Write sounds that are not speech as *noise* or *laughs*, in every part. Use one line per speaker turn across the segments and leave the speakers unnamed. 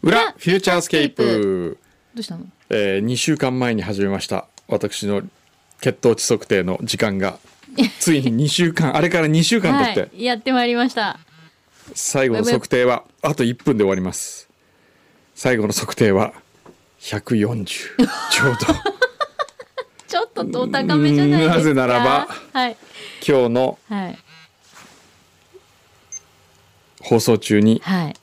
フューチャースケープ、
どうしたの
えー、2週間前に始めました私の血糖値測定の時間 *laughs* がついに2週間あれから2週間経って、
はい、やってまいりました
最後の測定はあと1分で終わります最後の測定は140ちょう *laughs* ど
ちょっとお高めじゃないですか
なぜならば
はい
今日の
はい
放送中に
はい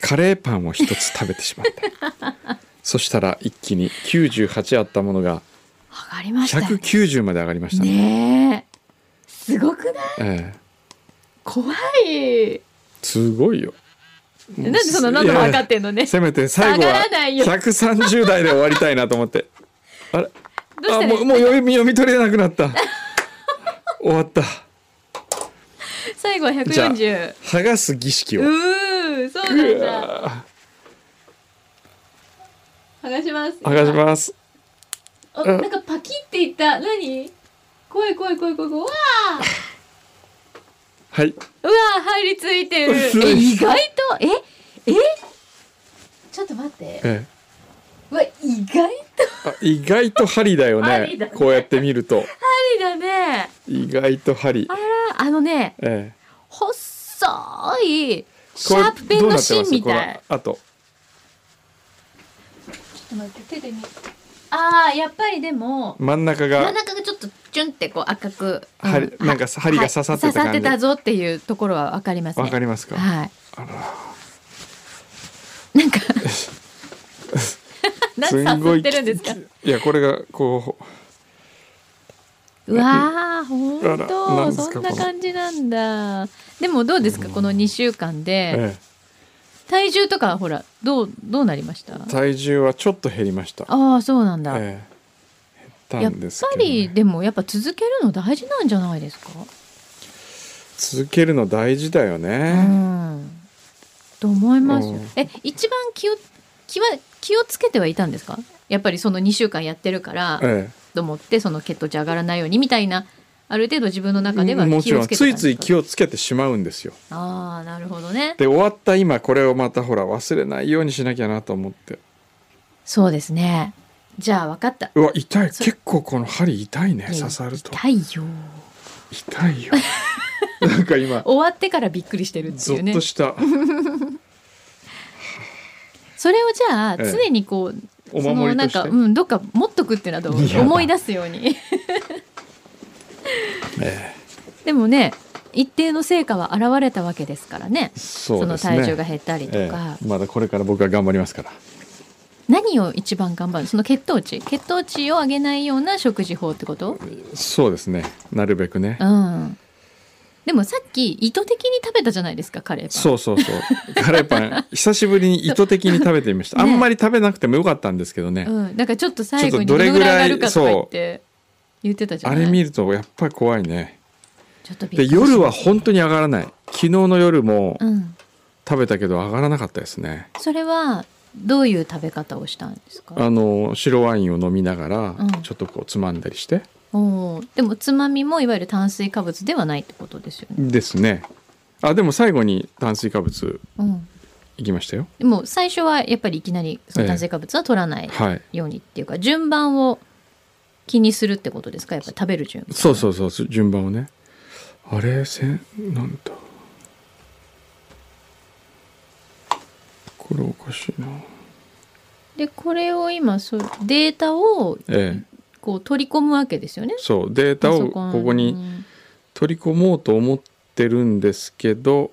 カレーパンを一つ食べてしまったそしたら一気に98あったものが
上がりましたよ
190まで上がりましたね
ねえすごくない
ええ
怖い
すごいよ
なんでその喉分かってんのね
せめて最後
下が
は
らないよ
130台で終わりたいなと思ってあれ
どうした
あ
らいい
もうもう読み読み取れなくなった *laughs* 終わった
最後は
じゃあ
140
剥がす儀式を
うーそうなんだ剥がします
剥がします
おなんかパキっていった何怖い怖い怖い怖い怖いわあ
はいう
わー入りついてる
嘘
え意外とええちょっと待って
ええ
うわ意外と
あ意外と針だよ
針だ
ね
ね
こうやって見ると
ありだね
意外と針
あらあのね
ええ
細いシ
これ
ャープペンの芯み
どうな
た
ってますこのあ
い
と
ちょっと待って手で見あーやっぱりでも
真ん中
真
が
ん中がちょっとチュンってこう赤く、
針
う
なんか
は
針が刺さってた
はい
感じ
刺さってたぞっていうところはわかりますね
わかりますか *laughs*
はい
あら *laughs*
なんかなんか刺さってるんですか
すんごいいやこれがこう
うわーほん
あらなんで
と
すか
そんな
この
感じなんだでもどうですかこの2週間で
え
体重とかほらどうどうなりました
え体重はちょっと減りました
ああそうなんだ、
ええ減
や
っ
った
んです
ぱ
けどね
りでもやっぱ続けるの大事なんじゃないですか、
続けるの大事だよ
う
ね、
んと思いますよ
うん
え一番気を気は気をつけてはいたんですかやっぱりその2週間やってるから
え
と思ってその血糖値上がらないようにみたいなある程度自分の中では
え、
気を
もち
つけ
ろん
てたんですか
ついつい気をつけてしまうんですよ
ああなるほどね
で終わった今これをまたほら忘れないようにしなきゃなと思って
そうですねじゃあ分かった
うわ痛い
そ
結構この針痛いね
いや
刺さると
痛いよ
痛い
*laughs*
よなんか今
終わってからびっくりしてるって
ゾ
い
ッ
うね
とした
それをじゃあ
ええ
常にこう、
お
そ
守
の
り
な
と
ん
して
か、うん、どっか持っとくっていうの
いや
は
だ
思い出すように
え
*laughs* でもね一定の成果は現れたわけですからね
え
そ
そう
の
です
体重が
ね
減ったりと
え
か、
えまだこれから僕は頑張りますから
何を一番頑張るその血糖値血糖値を上げないような食事法ってこと
そうですねなるべくね
うんでもさっき意図的に食べたじゃないですかカレーパン
そうそうそうカレーパン久しぶりに意図的に食べてみました、
ね
あんまり食べなくてもよかったんですけどね、
うん、なんかちょっと最後に
ちょ
ど
っと
れ
どれ
ぐ
ぐらい
らい上がるかとか言って言ってたじゃ
あ
ない
れ見るとやっぱり怖いね
ちょっとびっく
で
りしました
夜は本当に上がらない昨日の夜も
うん、
食べたけど上がらなかったですね
それはどういう食べ方をしたんですか
あの白ワインを飲みながら
うん
ちょっとこうつまんだりして、
おーでもつまみもいわゆる炭水化物ではないってことですよね、
ですねあでも最後に炭水化物
うん、
いきましたよ
でも最初はやっぱりいきなりその
ええ
炭水化物は取らない
はい
ようにっていうか、順番を気にするってことですかやっぱり食べる順番
そうそうそう順番をねあれせんなんだこれおかしいな
でこれを今そうデータを
ええ
こう取り込むわけですよね
そうデータ
パ
を
ソコン
ここに取り込もうと思ってるんですけど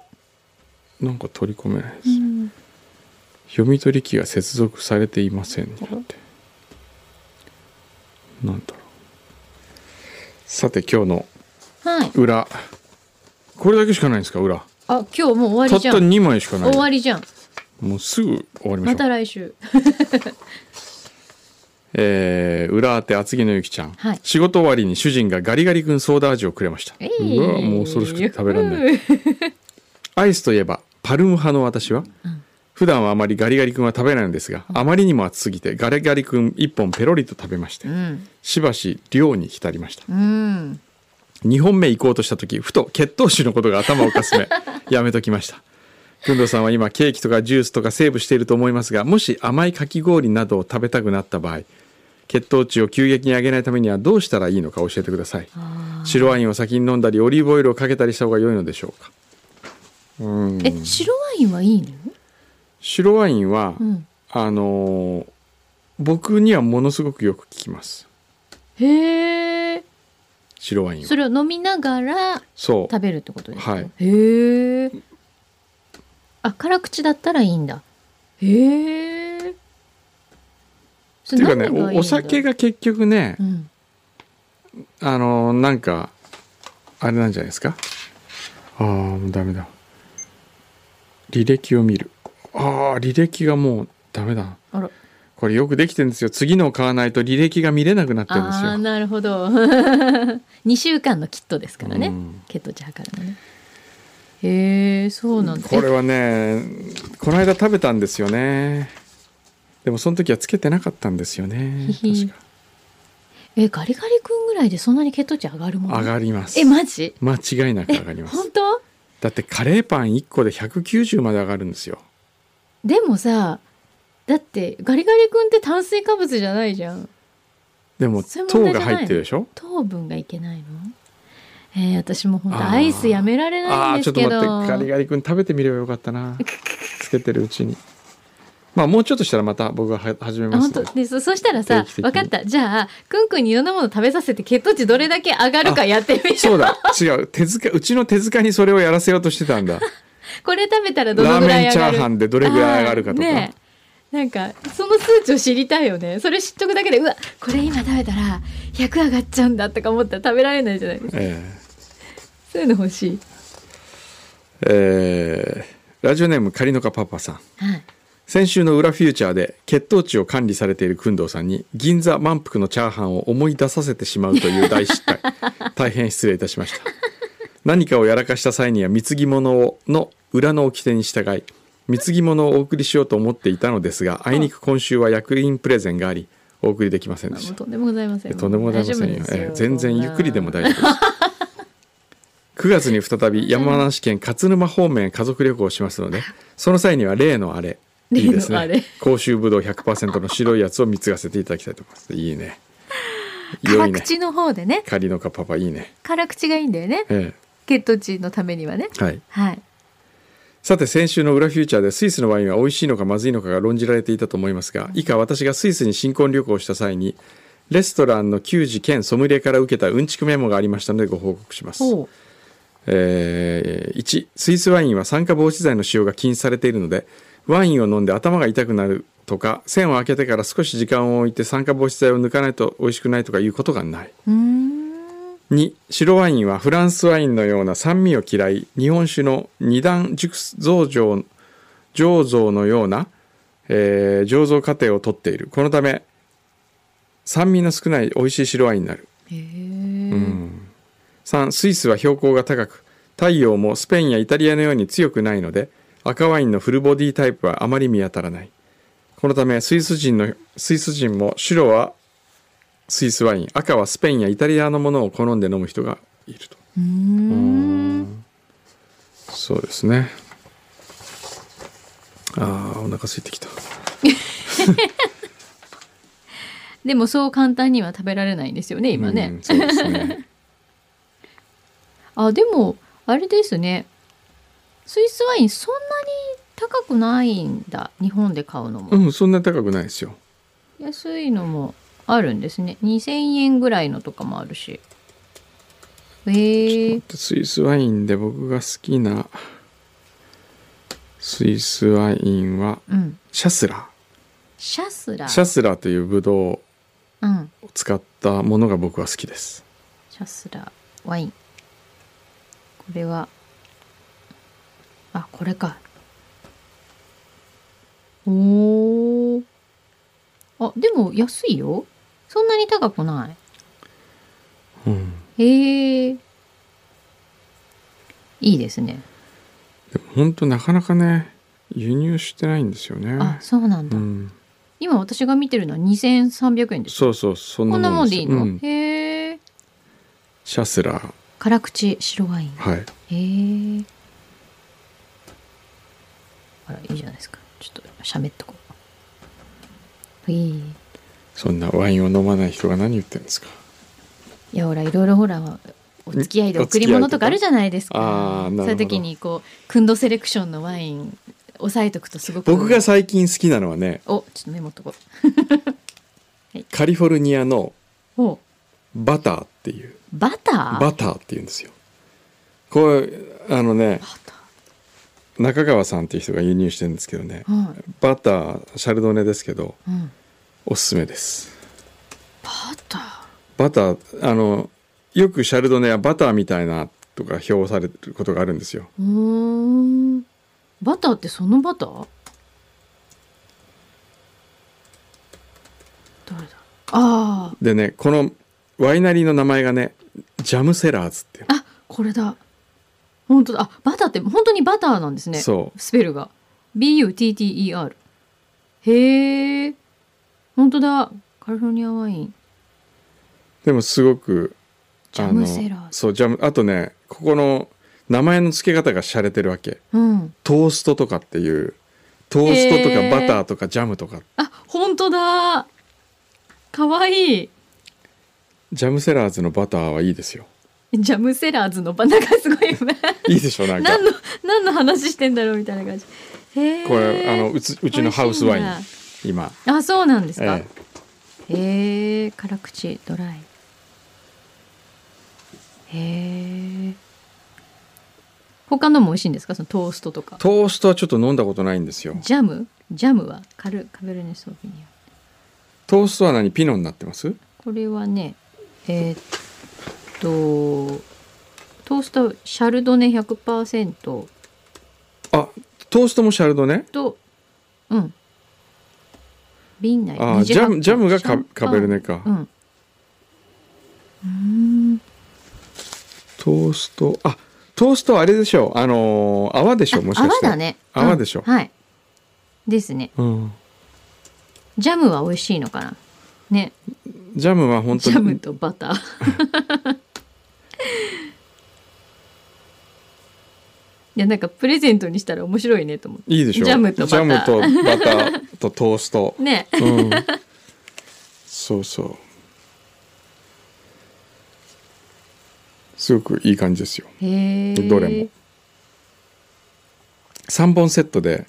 なんか取り込めないです、
うん
読み取り機が接続されていませんってなんだろうさて今日の
はい
裏これだけしかないんですか裏
あ今日もう終わ
た
り
っ
じ
た
ゃん
2枚しかない
終わりじゃん
もうすぐ終わりましょ
ま
う、
た来週
えー裏当て厚木のゆきちゃん、
はい
仕事終わりに主人がガリガリ君ソーダ味をくれました、
え
うわもうそれしか食べられない
い
アイスといえばパルム派の私は、
ん
普段はあまりガリガリ君は食べないのですが、あまりにも熱すぎてガリガリ君1本ペロリと食べまして、
うん
しばし量に浸りました
うん *laughs*
2本目行こうとした時ふと血糖値のことが頭をかすめやめときましたくんどうさんは今ケーキとかジュースとかセーブしていると思いますがもし甘いかき氷などを食べたくなった場合血糖値を急激に上げないためにはどうしたらいいのか教えてください
あー
白ワインを先に飲んだりオリーブオイルをかけたりした方が良いのでしょうかうん
え白ワインはいいの？
白ワインは、
うん。
あのー僕にはものすごくよく聞きます
へえ。
白ワインは
それを飲みながら
そう
食べるってことですか。
はい
へえ。あ辛口だったらいいんだ。へえ。そ
って
れ
いうかね
何がいいんだ
おお酒。が結局ね、
うん。
あのーなんかあれなんじゃないですかああもうダメだ履歴を見るああ履歴がもうダメだ
あら。
これよくできてるんですよ次のを買わないと履歴が見れなくなってるんです
ああ
よ
なるほど。 *laughs* 二週間のキットですからね。
うん
血糖値測るのね。へえそうなんだ。
これはねこの間食べたんですよねでもその時はつけてなかったんですよね
ひひ
確
ええガリガリ君ぐらいでそんなに血糖値上がるも
か
ん。
上がります
えマジ？
間違いなく上がります
本当？
だってカレーパン1個で190まで上がるんですよ
でもさだってガリガリ君って炭水化物じゃないじゃん
でも
それ
糖
問題じ
が
ゃないの
入ってるでしょ
糖分がいけないのえー、私も本
あ
当
ー
アイスやめられ
あ
ない
あ
ん
ちょ
で
っ
す
と
けど
待ってガリガリ君食べてみればよかったなつけてるうちにまあもうちょっとしたらまた僕がは始め
あ
ます
本
の
当
で
でそそしたらさ
定期的に
分かったじゃあくんくんにいろんなもの食べさせて血糖値どれだけ上がるかやってみ
そ
よ
うだ違う手塚うちの手塚にそれをやらせようとしてたんだ
うこれ食べたらどの
ラ
ぐ
ー
らい
メン
上
チャ
がる
ーハンでどれぐらい上がるかとか、
あーねえなんかその数値を知りたいよねそれ知っとくだけでうわこれ今食べたら100上がっちゃうんだとか思ったら食べられないじゃないですか
え
そういうの欲しい、
ええーラジオネームカリノカパパさん
はい、
先週の「裏フューチャー」で血糖値を管理されている工藤さんに銀座満腹のチャーハンを思い出させてしまうという大失態大変失礼いたしました何かをやらかした際には貢ぎ物をの裏の掟に従い貢ぎ物をお送りしようと思っていたのですがあいにく今週は役員プレゼンがありお送りできません
ま
で
あ
し
もう
た
とんでもございません。
とんでもございませんよ
大丈夫です
ええ全然ゆっくりでも大丈夫です
*laughs*
9月に再び山梨県勝沼方面へ家族旅行をしますのでその際には例のあれ
例
い
の
いです
あ
ね
*laughs* れ
甲州ぶどう100%の白いやつを貢がせていただきたいと思いますいいね良
辛
いね
口の方でね、
カリノカパパいいね
辛口がいいんだよね。
え
血糖値のためにはね。
えはい
はい。
さて先週の「裏フューチャー」でスイスのワインは美味しいのかまずいのかが論じられていたと思いますが以下私がスイスに新婚旅行をした際にレストランの給仕兼ソムリエから受けたうんちくメモがありましたのでご報告します、
ほう。
えー1スイスワインは酸化防止剤の使用が禁止されているのでワインを飲んで頭が痛くなるとか栓を開けてから少し時間を置いて酸化防止剤を抜かないと美味しくないとかいうことがないう
ーん。
2白ワインはフランスワインのような酸味を嫌い日本酒の二段熟造醸醸造のような、えー醸造過程をとっているこのため酸味の少ない美味しい白ワインになる
へえ。
3スイスは標高が高く太陽もスペインやイタリアのように強くないので赤ワインのフルボディタイプはあまり見当たらないこのためスイス人のスイス人も白はスイスワイン赤はスペインやイタリアのものを好んで飲む人がいると
うーん。
そうですねあーお腹空いてきた
でもそう簡単には食べられないんですよね、今ね。
うんそうですね *laughs*
あ、でもあれですね。スイスワインそんなに高くないんだ。日本で買うのも。
うんそんなに高くないですよ
安いのもあるんですね。2000円ぐらいのとかもあるし。へえ。
スイスワインで僕が好きなスイスワインは
うん。
シャスラー
シャスラー。
シャスラーというブドウを
うん。
使ったものが僕は好きです。
シャスラーワインこれはあこれかおーあでも安いよそんなに高くな
うん、
いへえいいですね
でも本当なかなかね輸入してないんですよね。
あそうなん
う
だ、
ん、
今私が見てるのは2300円です
そうそうそん
こ
なん
なもんでいいの、
うん
へえ
シャスラー
辛口白ワイン
はい
へえあらいいじゃないですかちょっと喋っとこういい
そんなワインを飲まない人が何言ってんですか
いやほらいろいろほらお付き合いで贈り物とかあるじゃないです
お
か
付き合いとかあーなるほど
そういう時にこうくんどセレクションのワイン押さえとくとすごく
僕が最近好きなのはね
おちょっとメモっとこ
カリフォルニアの
うお
バターっていう
バター
バターっていうんですよこれあのね
バタ
中川さんっていう人が輸入してるんですけどね
ーはい、
バターシャルドネですけど
うん、
おすすめです
バター
バターあのよくシャルドネはバターみたいなとか評されることがあるんですよ
うーんバターってそのバター誰だあ
でねこのワイナリーの名前がねジャムセラーズっていう
ああこれだ本当だあバターって本当にバターなんですね
そ
スペルが BUTTER へえ本当だカリフォルニアワイン
でもすごく
ジャムセラ
あの
ーズ
そうジャムあとねここの名前の付け方が洒落てるわけ
うん
トーストとかっていうトーストと
へ
か
ー
バターとかジャムとか
あ本当だかわいい
ジャムセラーズのバターはいいですよ
ジャムセラーズのバターがすごい
いいでしょなんか
何の何の話してんだろうみたいな感じ。へえ。
これあのうちうちのハウスワイン
美味
今、
あそうなんですか。
え
へえ辛口ドライ。へえ。他のも美味しいんですかそのトーストとか
え。トーストはちょっと飲んだことないんですよ
ジャムジャムはカルカベルネソービニアン。
トーストは何ピノになってます
これはねえーっとトーストシャルドネ100%
あトーストもシャルドネ
とうん瓶内
あー
二次
ジャム
発酵
ジャムが
シャ
カ
ンパン
カベルネか、
うん。うーん。
トーストあトーストはあれでしょあのー泡でしょもしか
泡
して
だね。
泡でしょ
うんはい。ですね。
うん、
ジャムは美味しいのかな。ね。
ジャムは本当
ジャム
に
とバター。 *laughs* いやなんかプレゼントにしたら面白いねと思っ
いいでしょ
ジャムとバター
ジャムとバターとトースト
て。、ね。
うん、そうそうすごくいい感じですよ
へえ。
どれも。3本セットで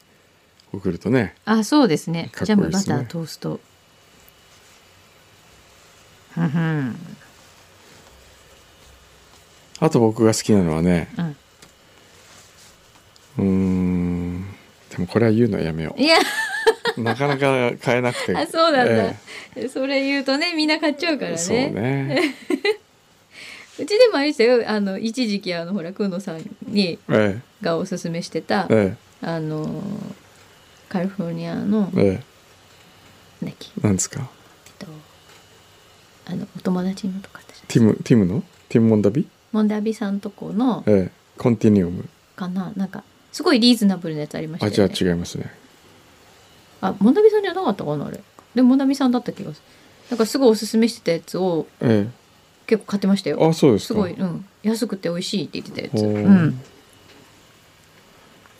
送るとね
あそうですね。
かっこ
ジ
い
ャ
い
ム
で
バ
すね
タートースト。ふんふん
あと僕が好きなのはね
うん。
うーんでもこれは言うのはやめよ
いや *laughs*
うなかなか買えなくて
あそうなんだ、
え
それ言うとねみんな買っちゃうから
え
ね
そうね、
うちでもあれでしたよあの一時期あのほら久野さんに
え
がおすすめしてた
え、え
あのーカリフォルニアのなん
え
だっ
え
け
えなんですか
えっとあのお友達のとかあったじゃん
ティムティムのティムモンダビ
モンダビさんとこの
ええコンティニウム
かななんかすごいリーズナブルなやつありました
あ
よ
じゃあ
ね
違いますね
あモンダビさんじゃなかったかなあれでもモンダビさんだった気がするなんかすごいおすすめしてたやつを
え
結構買ってました
え
よ
あそうですか
すごい、うん、安くて美味しいって言ってたやつ
ほ
う
うん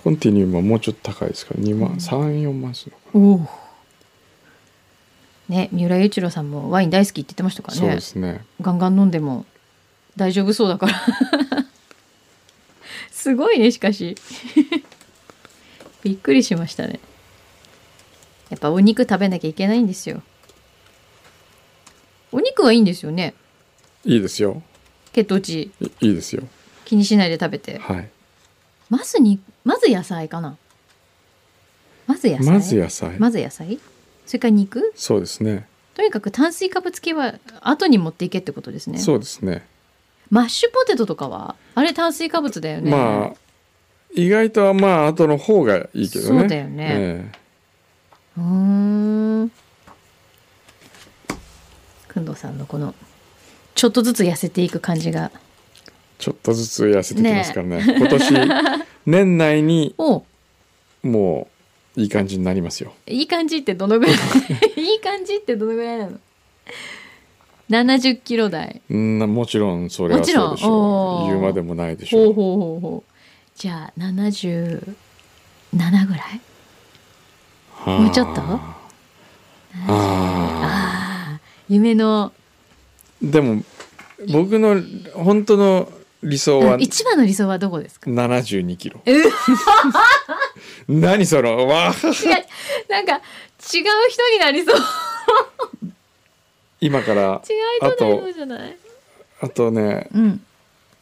コンティニウムはもうちょっと高いですから2万34万するのか
おお。ね、三浦雄一郎さんもワイン大好きって言ってましたか
な、
ら
そう
ね
で。すね
ガンガン飲んでも大丈夫そうだから。 *laughs* すごいねしかし。 *laughs* びっくりしましたね。やっぱお肉食べなきゃいけないんですよ。お肉はいいんですよね。
いいですよ
血糖値
いいいですよ
気にしないで食べて。
はい
まずにまず野菜かな。まず野菜。
まず野菜、
まず野菜。それから肉。
そうですね
とにかく炭水化物系は後に持っていけってことですね
そうですね
マッシュポテトとかはあれ炭水化物だよね
まあ意外とはまあ後の方がいいけどね
そうだよね
え
うーんくんどうさんのこのちょっとずつ痩せていく感じが
えちょっとずつ痩せてきますからね今
*laughs*
年年内に
おう
もういい感じになりますよ
いい感じってどのぐらい *laughs* いい感じってどのぐらいなの70キロ台
うんもちろんそれはそうでしょ
もちろんお
う
ー
言うまでもないでし
ほう
ょう
ほうほうほうじゃあ77ぐらい
はあ
もうちょっと
ああ
ああ夢の
でも僕の本当の理想
あ
は
一番の理想はどこですか
7 2キロ
うわ
何そのわあ
違うなんか違う人になりそう違う
今から
人になりそうじゃない
あとね
うん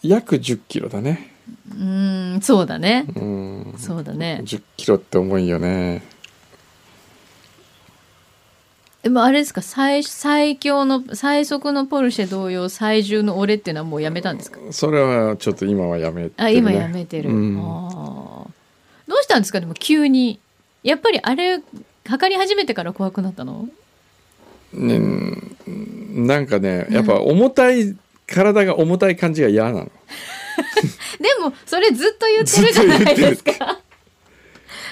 約1 0キロだね
うーんそうだね
うん
そうだね
1 0キロって重いよね
でもあれですか最最強の最速のポルシェ同様最重の俺っていうのはもうやめたんですか
それはちょっと今はやめてる、ね、
あ今やめてる、
うん
あーどうしたんですかでも急にやっぱりあれ測り始めてから怖くなったの
ねうんなんかねやっぱ重たい、体が重たい感じが嫌なの
でもそれずっと言ってるじゃない *laughs* で
ず
すか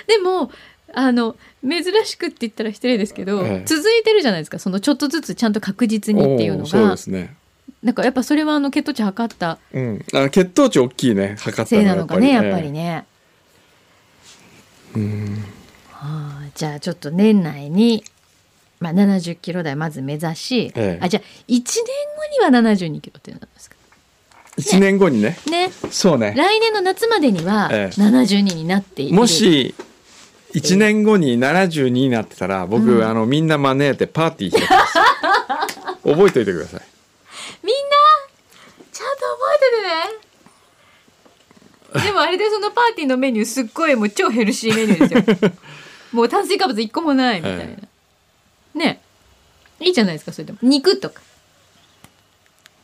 でもあの珍しくって言ったら失礼ですけど、
ええ
続いてるじゃないですかそのちょっとずつちゃんと確実にっていうの
おーそう
が
ですね
なんかやっぱそれはあの血糖値測った
うん、あ血糖値大きいね測った
せいなのかねやっ
ええ
ぱりね、
うん
あーじゃあちょっと年内に、まあ、70キロ台まず目指し、
ええ
あじゃあ1年後には72キロっていうのはどうですか
1年後にね
ね
そうね
来年の夏までには
ええ
72になっている
もし1年後に72になってたら僕、
うん
あのみんな招いてパーティー開きます
*laughs*
覚えておいてください
みんなちゃんと覚えててねでもあれでそのパーティーのメニューすっごいもう超ヘルシーメニュー
*laughs*
ですよもう炭水化物一個もないみたいな、
え
ねいいじゃないですかそれでも肉とか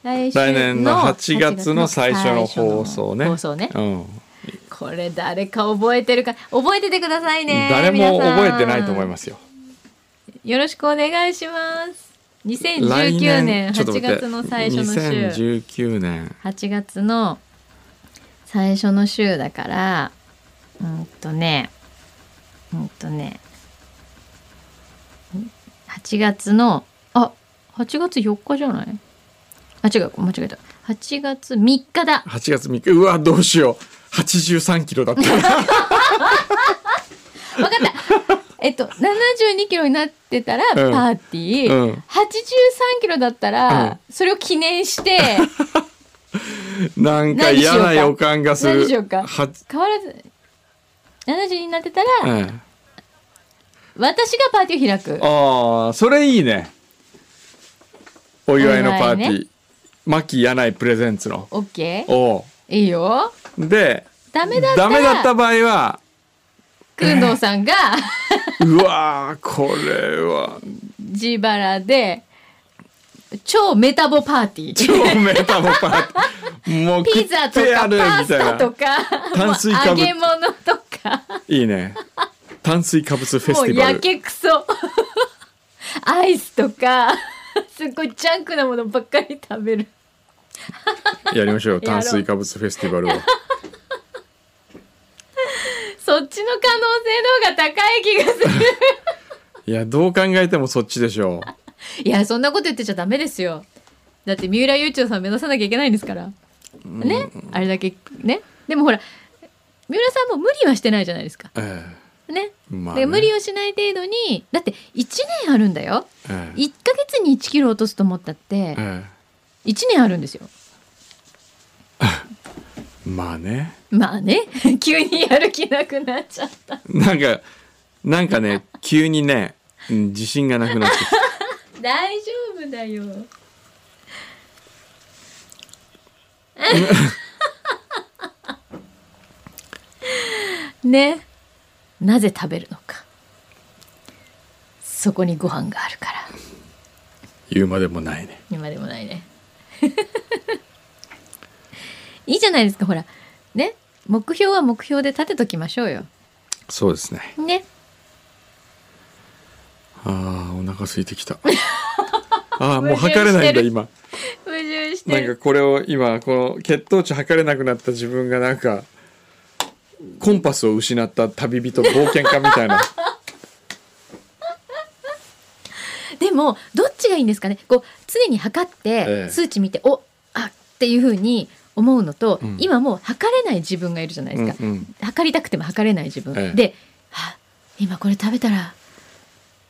来週の
来年の8月の最初の放送ね
放送ね
うん、
これ誰か覚えてるか覚えててくださいね
誰も覚えてないと思いますすよ
よろしくお願いします2019年
ちょっと
8
待って
月の最初の週
2019年
8月の最初の週だからうんとねうんとね8月のあ8月4日じゃないあ違う間違えた8月3日だ
8月3日うわどうしよう83キロだった
*laughs* 分か
*laughs*
ったえっと72キロになってたらパ
うん
ーティー、
うん
83キロだったら、それを記
*laughs*
念して
なんか嫌な予感がする
何しようか
は
変わらず72になってたら、
ええ
私がパーティーを開く。
ああそれいいねお祝いのパーティ
お祝い
ー牧柳井プレゼンツの
オッケー
お
いいよ
うで
ダメだった
ダメだった
ら
場合は
工藤さんが *laughs*
うわーこれは
自腹で超メタボパーティー
超メタボパーテ
*laughs*
ィーもう食
ピ
って
ザと
や
か
る
パ
み
スタ
たい
と
な
か
炭水化物
もう揚げ物とか
いいね炭水化物フェ
も
ステ
う
ィバ
や
ル
けくそアイスとかすっごいジャンクなものばっかり食べる
やりましょう
やろ
炭
う
水化物フェスティバル
*laughs*
を
そっちの可能性の方が高い気が
*laughs*
する
いやどう考えてもそっちでしょ
いやそんなこと言ってちゃダメですよだって三浦雄一郎さん目指さなきゃいけないんですから
う、
ね、あれだけねでもほら三浦さんも無理はしてないじゃないですか
え
ね
えまあね、
で無理をしない程度にだって1年あるんだよ
ええ
1ヶ月に1キロ落とすと思ったって
え
1年あるんですよ
えまあね
まあね *laughs* 急にやる気なくなっちゃった
なんか、なんかね、急にね、うん自信がなくなってきた。
大丈夫だよ *laughs* ねなぜ食べるのかそこにご飯があるから
言うまでもないね。
今でもないね *laughs* いいじゃないですかほらね目標は目標で立てときましょうよ
そうですね。
ね
ああ、お腹空いてきた。あ
*laughs*
あ、もう測れないんだ、今。
矛盾し
な
て
ん
る
かこれを今、この血糖値測れなくなった自分がなんか、コンパスを失った旅人、冒険家みたい
*laughs*
な。
でもどっちがいいんですかねこう常に測っ
え
て
え
数値見て、おあっていうふうに思うのと、
うん
今もう測れない自分がいるじゃないですか、
うんうん
測りたくても測れない自分、
ええ
で、はあ今これ食べたら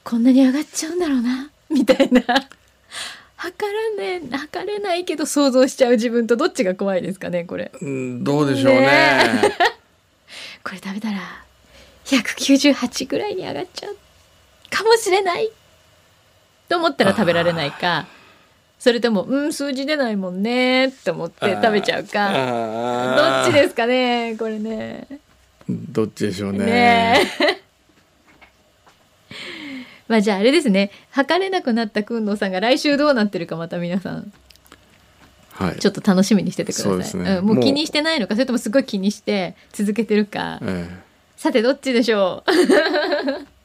こんなに上がっちゃうんだろうなみたいな測らね測れないけど想像しちゃう自分とどっちが怖いですかねこれ
うんどうでしょうね *laughs*
ねこれ食べたら198ぐらいに上がっちゃうかもしれないと思ったら食べられないかそれともうん数字出ないもんねって思って食べちゃうかど
か
っちですかねこれね
どっちでしょうね
ねえまあじゃああれですね測れなくなったくんのさんが来週どうなってるかまた皆さん
はい
ちょっと楽しみにしててください
そうですね
んもう
もう
気にしてないのかそれともすごい気にして続けてるか
え
さてどっちでしょ
*laughs*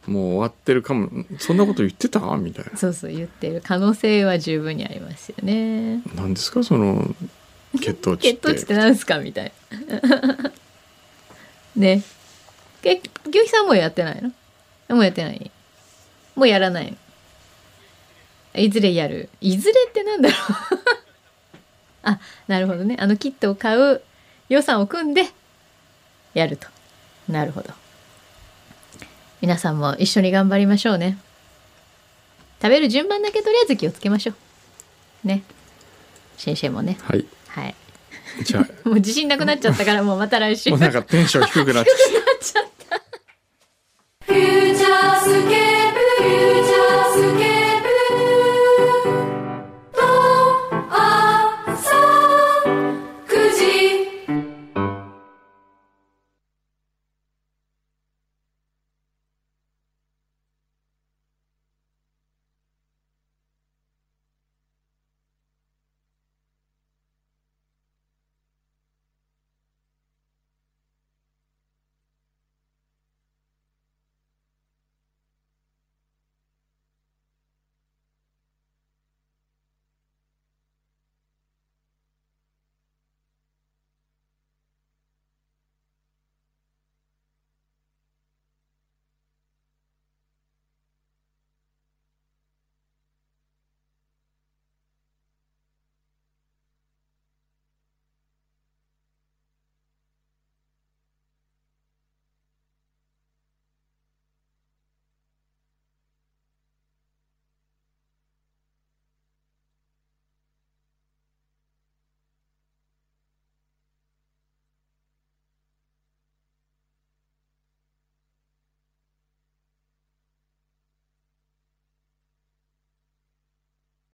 えもう終わってるかもそんなこと言ってたみたいう
そうそう言ってる可能性は十分にありますよね
ななんですかその血糖値っ
血
て
糖値って何ですかみたいな *laughs* ねえ牛肥さんはもうやってないのもうやってないもうやらないのいずれやるいずれってなんだろう *laughs* あなるほどねあのキットを買う予算を組んでやるとなるほど皆さんも一緒に頑張りましょうね食べる順番だけとりあえず気をつけましょうね先生もね
はい
はい
じゃあ *laughs*
もう自信なくなっちゃったからもうまた来週。
もうなんかテンション低くなってきた
フューチャースケ